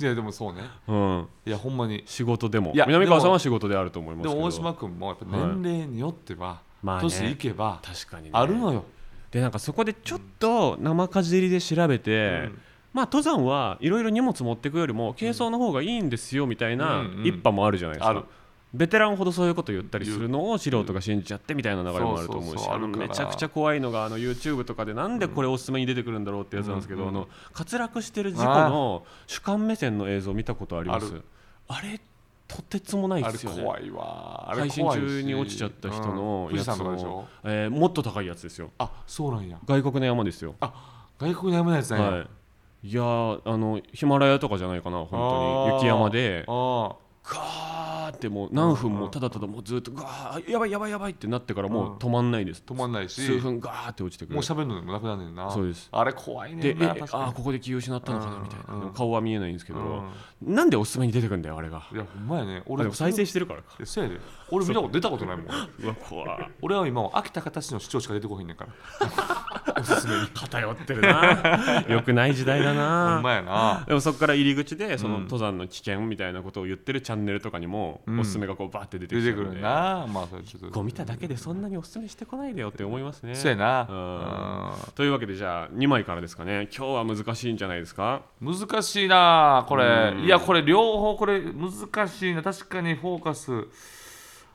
いやでもそうね
うん、
いやほんまに
仕事でも
いや
南川さん
で
は
も
仕事であると思います
で
けど
も大島君もやっぱ年齢によっては、
まあね
年いけば
確かに、ね、
あるのよ、
でなんかそこでちょっと生かじりで調べて、
うん
まあ登山はいろいろ荷物持っていくよりも軽装の方がいいんですよみたいな
うんうん
一派もあるじゃないですか、
ある
ベテランほどそういうこと言ったりするのを素人が信じちゃってみたいな流れもあると思う
そうそう
し
そう
あの
あるから
めちゃくちゃ怖いのがあの YouTube とかでなんでこれおすすめに出てくるんだろうってやつなんですけど、
うん
あの滑落してる事故の主観目線の映像見たことあります
ある
あれとてつもない
あ
で
れ
すよね
怖いわあれ
配信
怖いし
中に落ちちゃった人
うん
の
富
や
士
つ
山とかでし
も
ょ、
えーもっと高いやつですよ
あそうなんや
外国の山ですよ
あ外国の山のやつなんや、
はい、いやーあのヒマラヤとかじゃないかな本当に
あー
雪山で
あ
ガーっってもう何分もただただもうずっとガーやばいやばいやばいってなってからもう止まんないです、
止まんないし
数分ガーって落ちてくる
もう喋るのでもなくなるねんな
そうです
あれ怖い
でえ
ねんな
え
確かに
ああここで気を失ったのかなみたいな、
うん
でも顔は見えないんですけど、なんでおすすめに出てくんだよあれが
いやほんまやね
あ
俺
でも再生してるからか
えそうやで俺見たこと出たことないもん
うわ怖い
俺は今は秋田方市の市長しか出てこへんねんからおすすめに
偏ってる なよくない時代だ
ほんま
な
やな
でもそこから入り口でその
うん
登山の危険みたいなことを言ってるチャンネルとかにも
うん
おすすめがこうバーって出て
出
き
て
て
くるなまあそれちょっと
ゴミただけでそんなにおすすめしてこないでよって思いますね
そうや
う
なうん
というわけでじゃあ2枚からですかね今日は難しいんじゃないですか
難しいなこれ
うん
いやこれ両方これ難しいな確かにフォーカス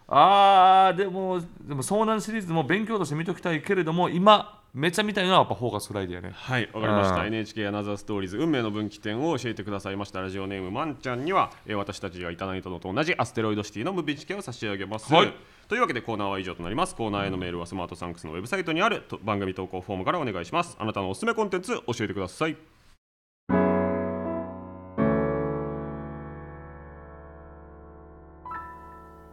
あーでもでも遭難シリーズも勉強として見ときたいけれども今めちゃ見たいのはやっぱフォーカスフライデーやね
はいわかりまし
う
た
ん
NHK アナザーストーリーズ運命の分岐点を教えてくださいましたラジオネームまんちゃんには、えー私たちがいただいたのと同じアステロイドシティのムービーチ券を差し上げます、
はい
というわけでコーナーは以上となりますコーナーへのメールはスマートサンクスのウェブサイトにあると番組投稿フォームからお願いしますあなたのおすすめコンテンツ教えてください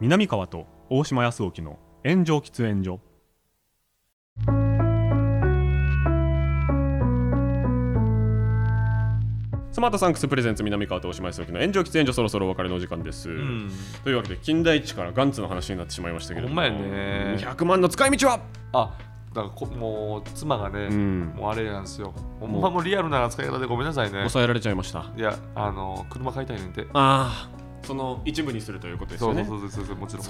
南川と大島康沖の炎上喫煙所スマートサンクスプレゼンツ南川と大島康沖の炎上喫煙所そろそろお別れのお時間です、
うん
というわけで近代一からガンツの話になってしまいましたけれども
ほんまやね
100万の使い道は
あだからこもう妻がね、
ん
もうあれなんですよほんまもうリアルな扱い方でごめんなさいね
抑えられちゃいましたあ
いやあの車買いたいねんて
あその一部にするということです
そ
よ
うそ
ね
うそうそうそうもちろん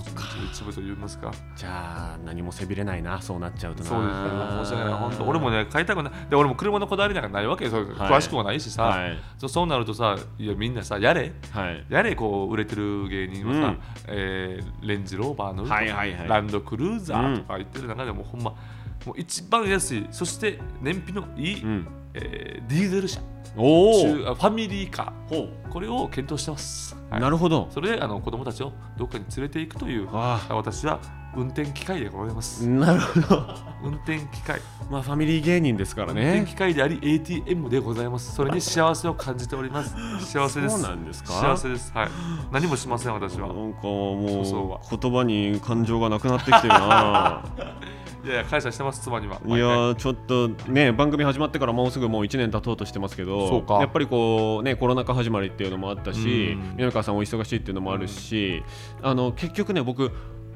一部と言いますか
じゃあ何もせびれないなそうなっちゃうとな
そうですね申し訳ない本当俺もね買いたくないで俺も車のこだわりなんかないわけよそう詳しくもないしさ、
はい
そそうなるとさいやみんなさやれ
はい
やれこう売れてる芸人はさ、
うん
えーレンジローバーの、
はいはいはい
ランドクルーザーとか言ってる中でも、ほんまもう一番安いそして燃費のいい、
うん
えーディーゼル車
おお
中あファミリーカ
ほう
ーこれを検討してます、はい
なるほど
それであの子供たちをどっかに連れていくという
あ
私は運転機械でございます、
なるほど
運転機械
まあファミリー芸人ですから
運転
ね
機械であり ATM でございますそれに幸せを感じております幸せです
そうなんですか
幸せですはい何もしません私
な
は
んかもう
そうは
言葉に感情がなくなってきてる な
いやいや感謝してます妻にはい
やーちょっとね番組始まってからもうすぐもう1年経とうとしてますけど
そうか
やっぱりこうねコロナ禍始まりっていうのもあったし
うん
南川さんお忙しいっていうのもあるし、あの結局ね僕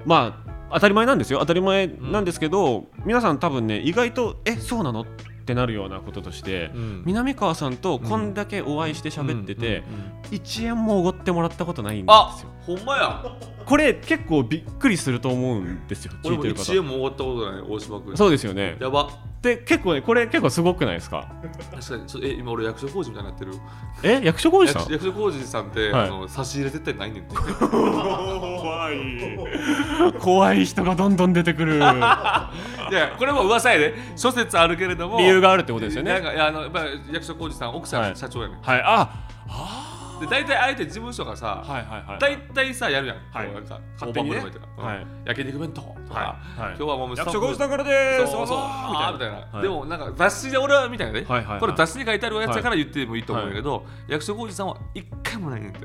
まあ当たり前なんですよ当たり前なんですけど、皆さん多分ね意外とえそうなのってなるようなこととして、
うん
南川さんとこんだけお会いして喋ってて、
うんうんうん
1円もおごってもらったことないんです
あ
よ
ほんまや
これ結構びっくりすると思うんですよ聞
俺
い
も
てる
1
方
円も終わったことない大島君
そうですよね
やば
で結構ねこれ結構すごくないですか
確かにちょえ今俺役所工事みたいになってる
え役所工事さ
役
ん
所役所工事さんって、
はい
あの差し入れ絶対ないねんて
怖い怖い人がどんどん出てくる
いやこれも噂やで諸説あるけれど も
理由があるってことですよ
なん
ね
かいやあのやっぱり役所工事さん奥さん、
はい
社長やねん
はいあ
で大体あえて事務所がさ、
はいはいはい
大体さやるやん、
はい
こうなんか
勝
勝
手
手
に
に
ね
ね、
はい
うん焼肉弁当とか、
はいはい
今日はもう
役所工事さん
ん
からで
そう
ーす
そうあーみたいな、
はい
でもなんか雑誌で俺はみたいなね、
はいはいはい
これ雑誌に書いてあるやつやから言ってもいいと思うんだけど、役所工事さんは一回もないねんて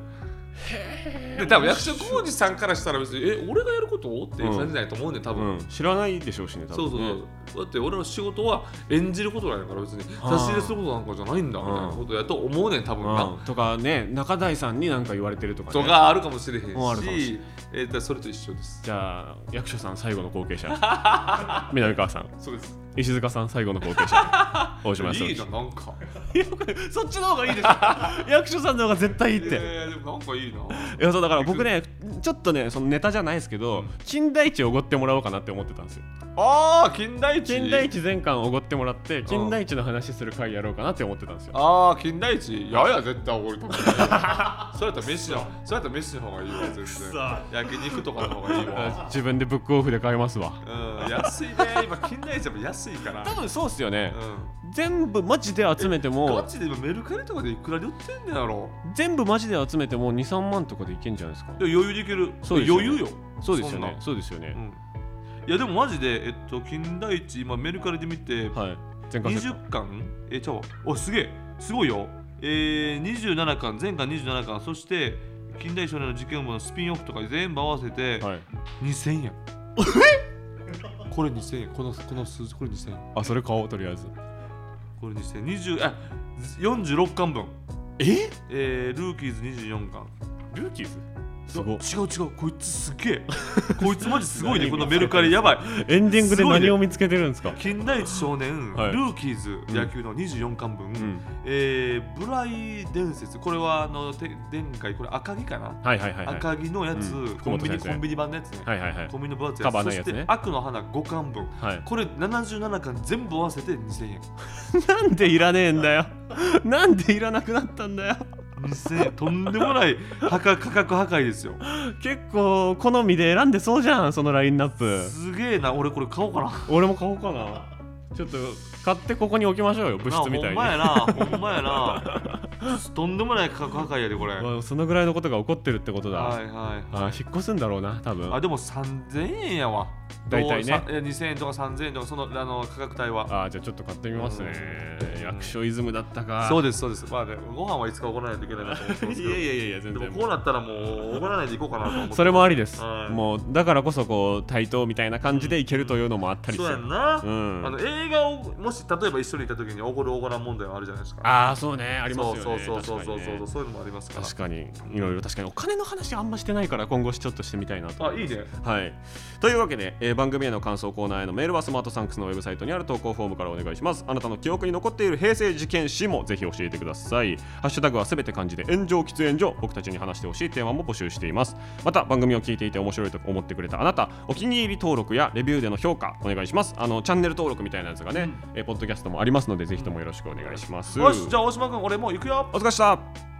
で多分役所工事さんからしたら別にえ俺がやることっていう感じないと思うんだよ多分、
うん知らないでしょうしね多
そう
分
そう
ね
そうだって俺の仕事は演じることなんやから別に差し入れすることなんかじゃないんだみたいなことやと思うねん多分な、
うんとかね中台さんに何か言われてるとか
と
ね
かあるかもしれへんし
もうあるかもしれ
えーだからそれと一緒です。
じゃあ役所さん最後の後継者 南川さん
そうです。
石塚さん最後の後継者大島康
いい
之
じゃん、なん か。
そっちの方がいいでしょ役所さんの方が絶対いいっ
え
て
ー、でもなんかいいな。
いやそうだから僕ねちょっとねそのネタじゃないですけど金田一おごってもらおうかなって思ってたんですよ
ああ、金田一。
金田。一全巻おごってもらって金田一の話する回やろうかなって思ってたんですよ
ああ、金田一。やや、絶対俺と思う。それやったら飯や。それやったら飯の方がいいわ、全然。焼肉とかの方がいいわ。
自分でブックオフで買いますわ
うん、安いね。今、金田一でも安いから。
多分そうっすよね
う
全部マジで集めて
ん。ガ
も
チで今メルカリとかでいくらで売ってんねやろ。
全部マジで集めても23万とかでいけんじゃないですか
いや、余裕でいける。
そうですよね
余裕よ。
そうですよ
んな
ねそうですよね
うん。いや、でもマジで、えっと、金田一、今メルカリで見て、
はい全巻セット
20巻えちゃうわおすげえすごいよえー、27巻全巻27巻そして近代少年の事件簿のスピンオフとか全部合わせて
はい、
2000円 これ2000円このこの数字これ2000円
あそれ買おうとりあえず
これ2000円20あ46巻分
え
えー、ルーキーズ24巻
ルーキーズすごい
違う違うこいつすげえこいつマジすごい ねこのメルカリやばい
エンディングです
ごいね
何を見つけてるんですか
近代一少年、
はい
ルーキーズ野球の24巻分、
ん
えーブライ伝説これはあのて前回これ赤木かな、
はいはいはいはい
赤木のやつ、
うん
コ
福本
ンビニ
先生
コンビニ版のやつね、
はいはいはい
コンビニの分厚い
カバー
そ
ない
し
やつね
て悪の花5巻分
はい
これ77巻全部合わせて2000円
なんでいらねえんだよ なんでいらなくなったんだよ
2000円とんでもない破壊価格破壊ですよ
結構好みで選んでそうじゃんそのラインナップ
すげえな俺これ買おうかな
俺も買おうかなちょっと買ってここに置きましょうよ部室みたいに
なあほんまやなほんまやな とんでもない価格破壊やでこれはい
まあそのぐらいのことが起こってるってことだ、
はいはい
あ引っ越すんだろうな多分
あでも3000円やわ
大体ね
どうさいや2000円とか3000円とかそのあの価格帯は
あじゃあちょっと買ってみますね役所イズムだったか
そうですそうですまあねご飯はいつかおごらないといけないなと思ってますけど
いやいやいや全
で
然
もこうなったらもうおごらないでいこうかなと思って
それもありです、
はい
もうだからこそこう対等みたいな感じでいけるというのもあったりす
そうや
る、
んな、
うん
あの映画をもし例えば一緒にいた時におごるおごらん問題はあるじゃないですか
ああそうねあ
あ
りますよ
そう
ね
そうそうそうそ
確かにね
うそうそういうのもありますから
確かにいろいろ確かにお金の話あんましてないから今後ちょっとしてみたいなと思
あいいね
はい、というわけで、えー番組への感想コーナーへのメールはスマートサンクスのウェブサイトにある投稿フォームからお願いしますあなたの記憶に残っている平成事件史もぜひ教えてくださいハッシュタグはすべて漢字で炎上喫煙所僕たちに話してほしいテーマも募集していますまた番組を聞いていて面白いと思ってくれたあなたお気に入り登録やレビューでの評価お願いしますあのチャンネル登録みたいなやつがね、えーポッドキャストもありますのでぜひともよろしくお願いします
よしじゃあ大島君俺もう行くよ
お疲れ様でした